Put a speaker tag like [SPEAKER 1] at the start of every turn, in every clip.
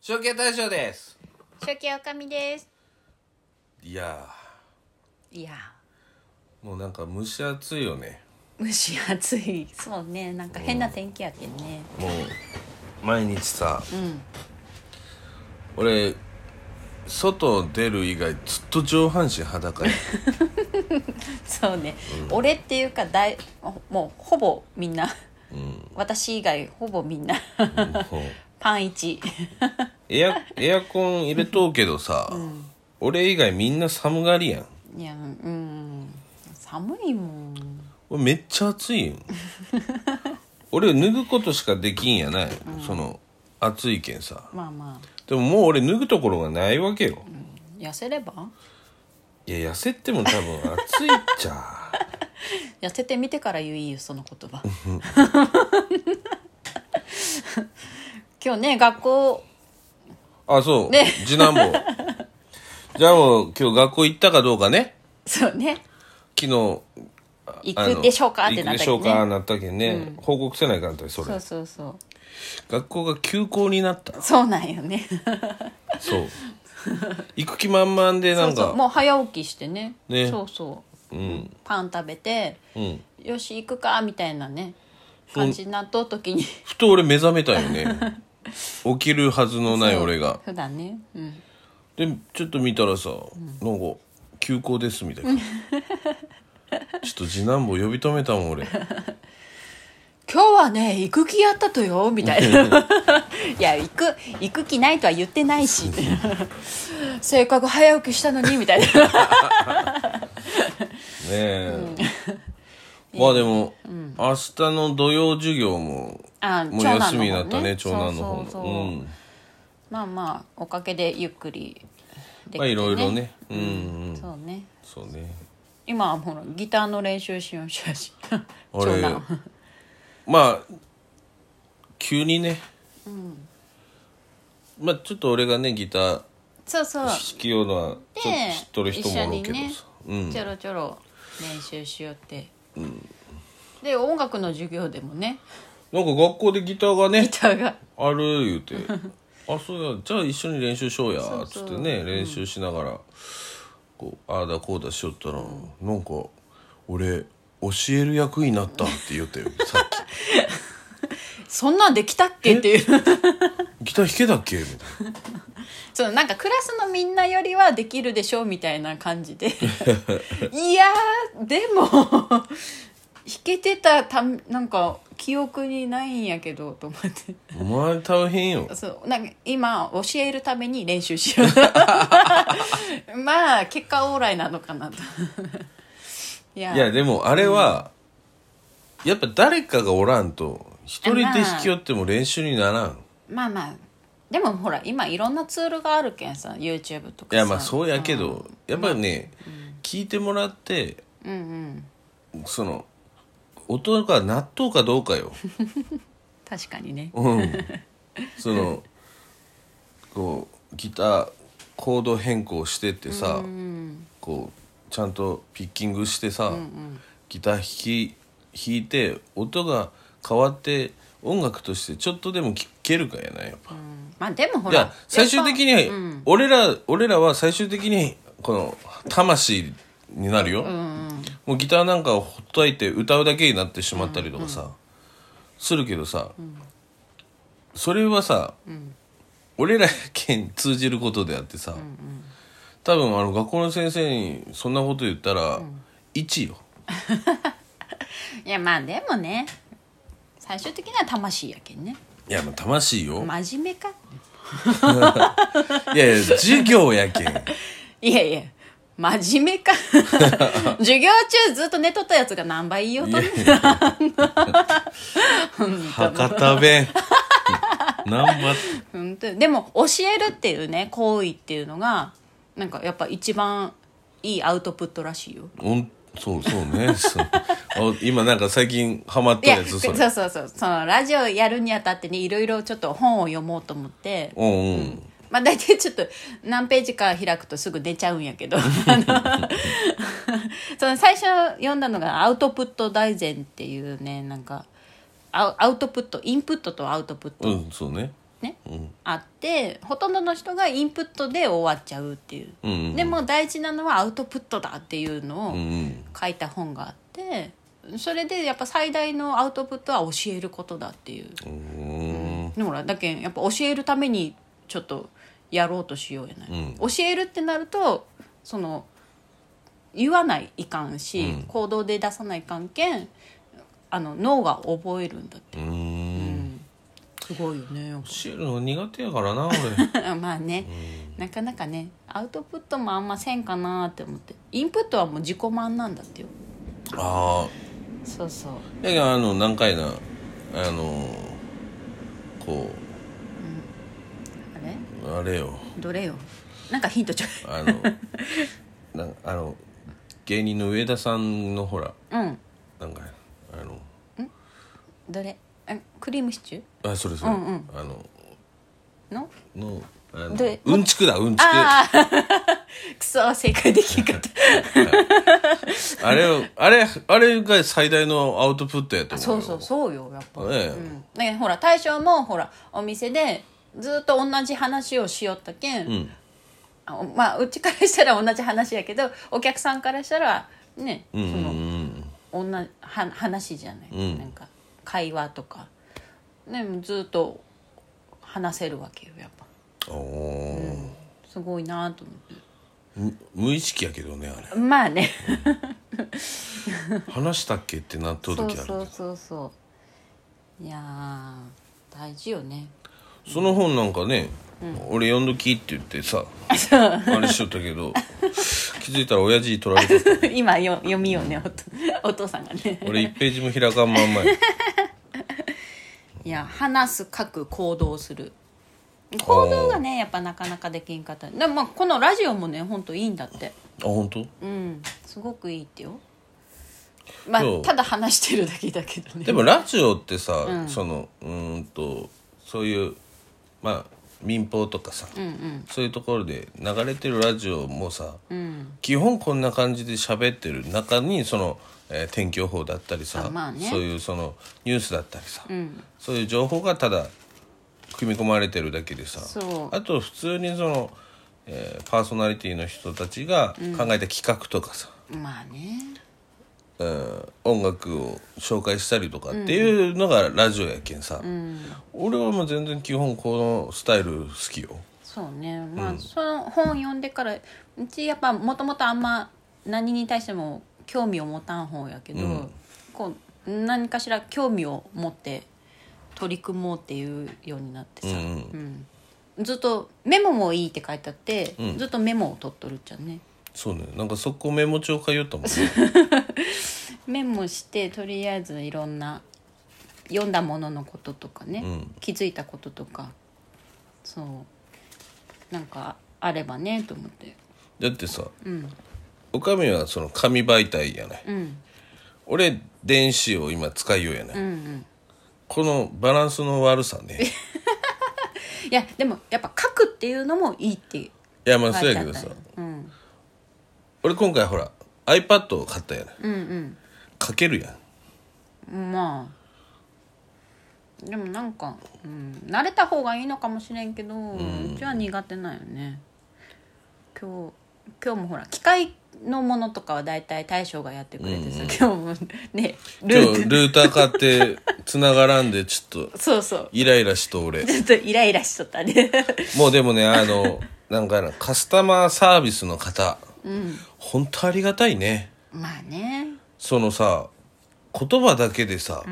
[SPEAKER 1] 証券大賞です
[SPEAKER 2] 初期おかみです
[SPEAKER 1] いや
[SPEAKER 2] いや
[SPEAKER 1] ーもうなんか蒸し暑いよね
[SPEAKER 2] ー蒸し暑いそうねなんか変な天気やけんね
[SPEAKER 1] もう毎日さ
[SPEAKER 2] うん
[SPEAKER 1] 俺外出る以外ずっと上半身裸や
[SPEAKER 2] そうね、俺っていうかだいもうほぼみんな
[SPEAKER 1] うん
[SPEAKER 2] 私以外ほぼみんな
[SPEAKER 1] そう
[SPEAKER 2] パン一
[SPEAKER 1] エアエアコン入れとうけどさ、俺以外みんな寒がりやん
[SPEAKER 2] いやうん寒いもん
[SPEAKER 1] 俺めっちゃ暑いよ俺脱ぐことしかできんやない、その暑いけんさ
[SPEAKER 2] まあま
[SPEAKER 1] でももう俺脱ぐところがないわけよ、
[SPEAKER 2] あ痩せれば
[SPEAKER 1] いや痩せても多分暑いっちゃ
[SPEAKER 2] 痩せてみてから言いよその言 葉今日ね学校
[SPEAKER 1] あそう、
[SPEAKER 2] ね
[SPEAKER 1] 次男 坊じゃあもう今日学校行ったかどうかね
[SPEAKER 2] そうね
[SPEAKER 1] 昨日あ
[SPEAKER 2] 行
[SPEAKER 1] の
[SPEAKER 2] くでしょうかってな
[SPEAKER 1] 行
[SPEAKER 2] った
[SPEAKER 1] くで
[SPEAKER 2] け
[SPEAKER 1] しょ
[SPEAKER 2] ど
[SPEAKER 1] うか
[SPEAKER 2] ね
[SPEAKER 1] なったけんね、報告せないかんとそれ
[SPEAKER 2] そうそうそう
[SPEAKER 1] 学校が休校になった
[SPEAKER 2] そうなんよね
[SPEAKER 1] そう行く気満々でなんか
[SPEAKER 2] そうそうもう早起きしてね
[SPEAKER 1] ね
[SPEAKER 2] そうそう、
[SPEAKER 1] うん
[SPEAKER 2] パン食べて
[SPEAKER 1] うん
[SPEAKER 2] よし行くかみたいなね感じになっとう時に
[SPEAKER 1] ふと俺目覚めたよ ね起きるはずのない
[SPEAKER 2] そう
[SPEAKER 1] 俺が
[SPEAKER 2] 普段ねうん
[SPEAKER 1] でちょっと見たらさ、なんか休校ですみたい なちょっと次男坊呼び止めたもん俺
[SPEAKER 2] 今日はね行く気やったとよみたい ないや行く行く気ないとは言ってないし せっかく早起きしたのにみたい な
[SPEAKER 1] ねえ、まあでも、明日の土曜授業も
[SPEAKER 2] あ
[SPEAKER 1] もう
[SPEAKER 2] 長男の方
[SPEAKER 1] 休みになったね
[SPEAKER 2] ね
[SPEAKER 1] 長男の方の
[SPEAKER 2] そうそうそう
[SPEAKER 1] うん
[SPEAKER 2] まあまあおかげでゆっくりできて、ね
[SPEAKER 1] まあいろいろねうんうん
[SPEAKER 2] そうね
[SPEAKER 1] そうね
[SPEAKER 2] 今はもうギターの練習しようしようし長
[SPEAKER 1] 俺
[SPEAKER 2] 男
[SPEAKER 1] まあ急にね、まあちょっと俺がねギター
[SPEAKER 2] そうそう
[SPEAKER 1] 弾きようのは
[SPEAKER 2] で
[SPEAKER 1] ちょっと知っとる人
[SPEAKER 2] 一
[SPEAKER 1] も
[SPEAKER 2] 緒
[SPEAKER 1] おる
[SPEAKER 2] に
[SPEAKER 1] けど
[SPEAKER 2] ね
[SPEAKER 1] さ、うん
[SPEAKER 2] ちょろちょろ練習しようって、で音楽の授業でもね
[SPEAKER 1] なんか学校でギターが
[SPEAKER 2] ギ
[SPEAKER 1] ね
[SPEAKER 2] ターが
[SPEAKER 1] ある言うて あそうやじゃあ一緒に練習しようや
[SPEAKER 2] そう
[SPEAKER 1] つ
[SPEAKER 2] そう
[SPEAKER 1] ってね練習しながら、こうああだこうだしよったら、なんか俺教える役になったって 言ったよさっ
[SPEAKER 2] そんなんできたっけっていう
[SPEAKER 1] きギター弾けたっけみたい
[SPEAKER 2] そうなんかクラスのみんなよりはできるでしょうみたいな感じ でいやーでも弾けてたたなんか記憶にないんやけどと思って
[SPEAKER 1] なお前大変よ
[SPEAKER 2] そうなんか今教えるために練習しよう まあ結果オーライなのかなといや
[SPEAKER 1] いやでもあれは、やっぱ誰かがおらんと一人で弾きよっても練習にならん
[SPEAKER 2] まあまあでもほら今いろんなツールがあるけんさ YouTube とか
[SPEAKER 1] い
[SPEAKER 2] さ
[SPEAKER 1] やまあそうやけど、やっぱね、聞いてもらって
[SPEAKER 2] うんうん
[SPEAKER 1] その音が納豆かどうかよ
[SPEAKER 2] 確かにね
[SPEAKER 1] うんそのこうギターコード変更してってさ、こうちゃんとピッキングしてさ、ギター弾き弾いて音が変わって音楽としてちょっとでも聴けるかやなやっぱ。
[SPEAKER 2] まあでもほ
[SPEAKER 1] じゃあ
[SPEAKER 2] ら
[SPEAKER 1] 最終的
[SPEAKER 2] やっ
[SPEAKER 1] に
[SPEAKER 2] ぱうん
[SPEAKER 1] 俺ら、俺らは最終的にこの魂になるよ、もうギターなんかをほっといて歌うだけになってしまったりとかさ、するけどさ、それはさ、俺らけん通じることであってさ、多分あの学校の先生にそんなこと言ったら1よ、
[SPEAKER 2] いやまあでもね最終的には魂やけんね
[SPEAKER 1] いやもう魂よ、
[SPEAKER 2] 真面目か
[SPEAKER 1] いやいや授業やけん
[SPEAKER 2] いやいや真面目 か授業中ずっと寝とったやつが何倍言おうとね
[SPEAKER 1] 博多 弁なんば
[SPEAKER 2] 本当にでも教えるっていうね行為っていうのがなんかやっぱ一番いいアウトプットらしいよ
[SPEAKER 1] おんそうそうね そうあ今なんか最近ハマっ
[SPEAKER 2] い
[SPEAKER 1] た
[SPEAKER 2] や
[SPEAKER 1] やつ
[SPEAKER 2] そ
[SPEAKER 1] そうれ
[SPEAKER 2] そうそうそのラジオやるにあたってねいろいろちょっと本を読もうと思って
[SPEAKER 1] うんうん
[SPEAKER 2] まあ大体ちょっと何ページか開くとすぐ出ちゃうんやけどあのその最初読んだのが「アウトプット大全」っていうねなんかアウアウトプットインプットとアウトプット
[SPEAKER 1] うんそうね
[SPEAKER 2] ね
[SPEAKER 1] うん
[SPEAKER 2] あってほとんどの人がインプットで終わっちゃうっていう、
[SPEAKER 1] うんうん
[SPEAKER 2] でも大事なのはアウトプットだっていうの
[SPEAKER 1] う
[SPEAKER 2] を
[SPEAKER 1] んうん
[SPEAKER 2] 書いた本があってそれでやっぱ最大のアウトプットは教えることだっていう、
[SPEAKER 1] うーん
[SPEAKER 2] でもほらだけんやっぱ教えるためにちょっとやろうとしようやない、
[SPEAKER 1] うん
[SPEAKER 2] 教えるってなるとその言わないいかんし、
[SPEAKER 1] うん
[SPEAKER 2] 行動で出さないかんけんあの脳が覚えるんだって
[SPEAKER 1] うーん
[SPEAKER 2] すごいよねやっぱ
[SPEAKER 1] 教えるの苦手やからな俺
[SPEAKER 2] まあね、なかなかねアウトプットもあんませんかなって思ってインプットはもう自己満なんだってよ
[SPEAKER 1] ああ
[SPEAKER 2] そうそう
[SPEAKER 1] だけどあの何回なあのこ
[SPEAKER 2] あれ
[SPEAKER 1] うあれよ
[SPEAKER 2] どれよなんかヒントちょう
[SPEAKER 1] あ のなんあの芸人の上田さんのほら
[SPEAKER 2] だいうん
[SPEAKER 1] なんかあの
[SPEAKER 2] どれあクリームシチュ
[SPEAKER 1] あそれそれ、
[SPEAKER 2] うんうん
[SPEAKER 1] あの
[SPEAKER 2] ーの
[SPEAKER 1] のあの
[SPEAKER 2] で
[SPEAKER 1] うんちくだうんちくあ
[SPEAKER 2] ああくそ正解できんかった
[SPEAKER 1] れをあれあれが最大のアウトプットやと
[SPEAKER 2] そ
[SPEAKER 1] 思う
[SPEAKER 2] う
[SPEAKER 1] よ
[SPEAKER 2] そうそうよやっぱ、
[SPEAKER 1] ねえ
[SPEAKER 2] うん、だけどほら大将もほらお店でずっと同じ話をしよったけん、
[SPEAKER 1] ん
[SPEAKER 2] あおまあうちからしたら同じ話やけどお客さんからしたらね、
[SPEAKER 1] うん
[SPEAKER 2] その
[SPEAKER 1] うん
[SPEAKER 2] 女は話じゃない、
[SPEAKER 1] うん
[SPEAKER 2] なんか会話とかねもうずっと話せるわけよやっぱ
[SPEAKER 1] うんおー
[SPEAKER 2] すごいなと思っ
[SPEAKER 1] む無意識やけどねあ れ
[SPEAKER 2] てまあね
[SPEAKER 1] 話したっけってなっとる
[SPEAKER 2] そう
[SPEAKER 1] 時ある
[SPEAKER 2] そうそうそういやー大事よね
[SPEAKER 1] その本なんかね、俺読んどきって言ってさあれしとったけど気づいたら親父取られてた
[SPEAKER 2] 今よ読みよねおとお父さんがね
[SPEAKER 1] 俺1ページも開かんまんま や
[SPEAKER 2] いや話す書く行動する行動がねやっぱなかなかできんかったでもまあこのラジオもねほんといいんだって
[SPEAKER 1] あ本当？
[SPEAKER 2] うんすごくいいってよまあ
[SPEAKER 1] そう
[SPEAKER 2] ただ話してるだけだけどね
[SPEAKER 1] でもラジオってさ、そのうーんとそういうまあ民放とかさ、そういうところで流れてるラジオもさ、基本こんな感じで喋ってる中にその、えー天気予報だったりさ
[SPEAKER 2] あ、まあね
[SPEAKER 1] そういうそのニュースだったりさ、そういう情報がただ組み込まれてるだけでさ
[SPEAKER 2] そう
[SPEAKER 1] あと普通にその、えーパーソナリティの人たちが考えた企画とかさ、
[SPEAKER 2] まあね
[SPEAKER 1] うん音楽を紹介したりとかっていうのがラジオやけんさ、俺はもう全然基本このスタイル好きよ
[SPEAKER 2] そうねまあ、その本読んでからうちやっぱもともとあんま何に対しても興味を持たん方やけど、こう何かしら興味を持って取り組もうっていうようになってさ、うんずっとメモもいいって書いてあって、ずっとメモを取っとるっちゃね
[SPEAKER 1] そうねなんかそこメモ帳通っ たもんね
[SPEAKER 2] メモしてとりあえずいろんな読んだもののこととかね、
[SPEAKER 1] うん
[SPEAKER 2] 気づいたこととかそうなんかあればねと思って
[SPEAKER 1] だってさ
[SPEAKER 2] うん
[SPEAKER 1] おかみはその紙媒体やない
[SPEAKER 2] うん
[SPEAKER 1] 俺電子を今使いようやない、
[SPEAKER 2] うんうん
[SPEAKER 1] このバランスの悪さ ね
[SPEAKER 2] いやでもやっぱ書くっていうのもいいって
[SPEAKER 1] いやまあそ
[SPEAKER 2] 書
[SPEAKER 1] う
[SPEAKER 2] いて
[SPEAKER 1] や
[SPEAKER 2] あ
[SPEAKER 1] け
[SPEAKER 2] っ
[SPEAKER 1] ど
[SPEAKER 2] た
[SPEAKER 1] さ
[SPEAKER 2] よ、うん、
[SPEAKER 1] 俺今回ほら iPad を買ったやない
[SPEAKER 2] うん
[SPEAKER 1] 書けるやん
[SPEAKER 2] うんまあでもなんか、うん、慣れた方がいいのかもしれんけど、うちは苦手なんよね今日今日もほら機械のものとかは大体大将がやってくれてさ、今日もねル
[SPEAKER 1] 今
[SPEAKER 2] ー
[SPEAKER 1] 日
[SPEAKER 2] ト
[SPEAKER 1] ルーター買って繋がらんでちょっと
[SPEAKER 2] そうそう
[SPEAKER 1] イライラしと俺
[SPEAKER 2] ちょっとイライラしとったね
[SPEAKER 1] もうでもねあのなんかやろカスタマーサービスの方、本当ありがたいね
[SPEAKER 2] まあね
[SPEAKER 1] そのさ言葉だけでさ、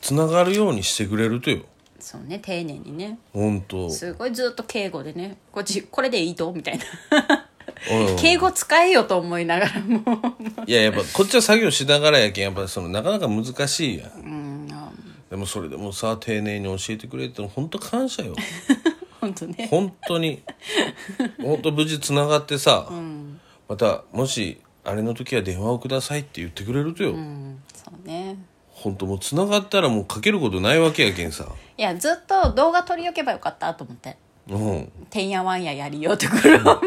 [SPEAKER 1] つながるようにしてくれるとよ
[SPEAKER 2] そうね丁寧にね
[SPEAKER 1] 本当
[SPEAKER 2] すごいずっと敬語でねこっちこれでいいとみたいな
[SPEAKER 1] うん
[SPEAKER 2] 敬語使えよと思いながらも う
[SPEAKER 1] いややっぱこっちは作業しながらやけんやっぱそのなかなか難しいやん
[SPEAKER 2] うんあ
[SPEAKER 1] でもそれでもさ丁寧に教えてくれて本当感謝よ
[SPEAKER 2] 本当ね
[SPEAKER 1] 本当に本当無事つながってさ、またもしあれの時は電話をくださいって言ってくれるとよ、
[SPEAKER 2] うんそうね
[SPEAKER 1] 本当もうつながったらもうかけることないわけやけんさ
[SPEAKER 2] いやずっと動画撮り置けばよかったと思って
[SPEAKER 1] うん
[SPEAKER 2] 「てんやわんややりよ」ってこれを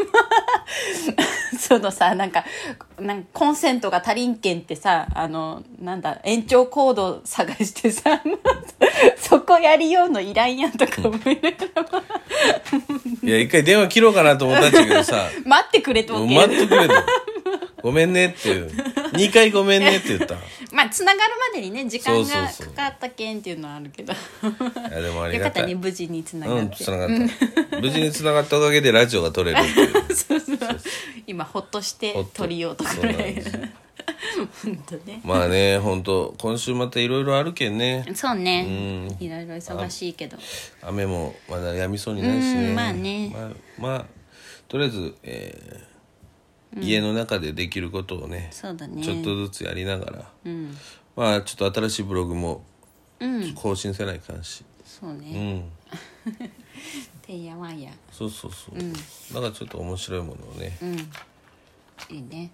[SPEAKER 2] そのさなんかなんかコンセントが足りんけんってさあのなんだ延長コード探してさ そこやりようのいらんやんと か思いながら
[SPEAKER 1] いや一回電話切ろうかなと思ったんだけどさ
[SPEAKER 2] 待ってくれと
[SPEAKER 1] もう
[SPEAKER 2] 思う
[SPEAKER 1] 待っ
[SPEAKER 2] け
[SPEAKER 1] て
[SPEAKER 2] ど
[SPEAKER 1] くれとごめんねっていう2回ごめんねって言った
[SPEAKER 2] まあつながるまでにね時間
[SPEAKER 1] そう
[SPEAKER 2] が
[SPEAKER 1] そうそう
[SPEAKER 2] かかったけんっていうのはあるけど
[SPEAKER 1] いやでもあり
[SPEAKER 2] よか
[SPEAKER 1] が
[SPEAKER 2] ったたね
[SPEAKER 1] い
[SPEAKER 2] 無事につなが
[SPEAKER 1] う
[SPEAKER 2] っ
[SPEAKER 1] ん
[SPEAKER 2] て、
[SPEAKER 1] つながった無事につながったおかげでラジオが撮れるっていう
[SPEAKER 2] そうそう 今ほっとして
[SPEAKER 1] ほっと
[SPEAKER 2] 撮りようところ
[SPEAKER 1] そうなん
[SPEAKER 2] や
[SPEAKER 1] です
[SPEAKER 2] 本当ね
[SPEAKER 1] まあね本当今週またいろいろあるけんね
[SPEAKER 2] そうねいろいろ忙しいけど
[SPEAKER 1] 雨もまだやみそうにないしね
[SPEAKER 2] うんまあね
[SPEAKER 1] まあ、まあとりあえず、えー家の中でできることをね
[SPEAKER 2] そうだね
[SPEAKER 1] ちょっとずつやりながら、まあちょっと新しいブログも更新せないかんし、
[SPEAKER 2] そう
[SPEAKER 1] うん
[SPEAKER 2] ねてんやわんや
[SPEAKER 1] そうそうそう、だからちょっと面白いものをね、
[SPEAKER 2] いいね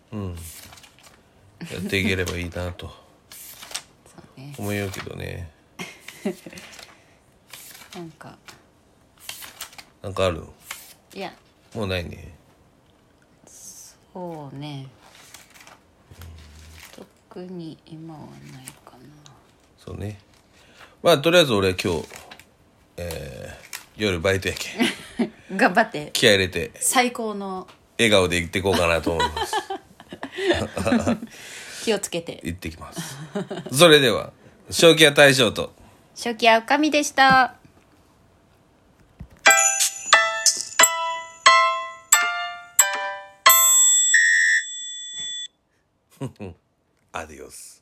[SPEAKER 1] やっていければいいなと
[SPEAKER 2] そうね
[SPEAKER 1] 思うようけどね
[SPEAKER 2] なんか
[SPEAKER 1] なんかあるの
[SPEAKER 2] いや
[SPEAKER 1] もうないね
[SPEAKER 2] そうね特に今はないかな
[SPEAKER 1] そうねまあとりあえず俺今日、えー夜バイトやけん
[SPEAKER 2] 頑張って
[SPEAKER 1] 気合い入れて
[SPEAKER 2] 最高の
[SPEAKER 1] 笑顔で行ってこうかなと思います
[SPEAKER 2] 気をつけて
[SPEAKER 1] 行ってきますそれでは正気は大将と
[SPEAKER 2] 初期はおかみでした
[SPEAKER 1] アディオス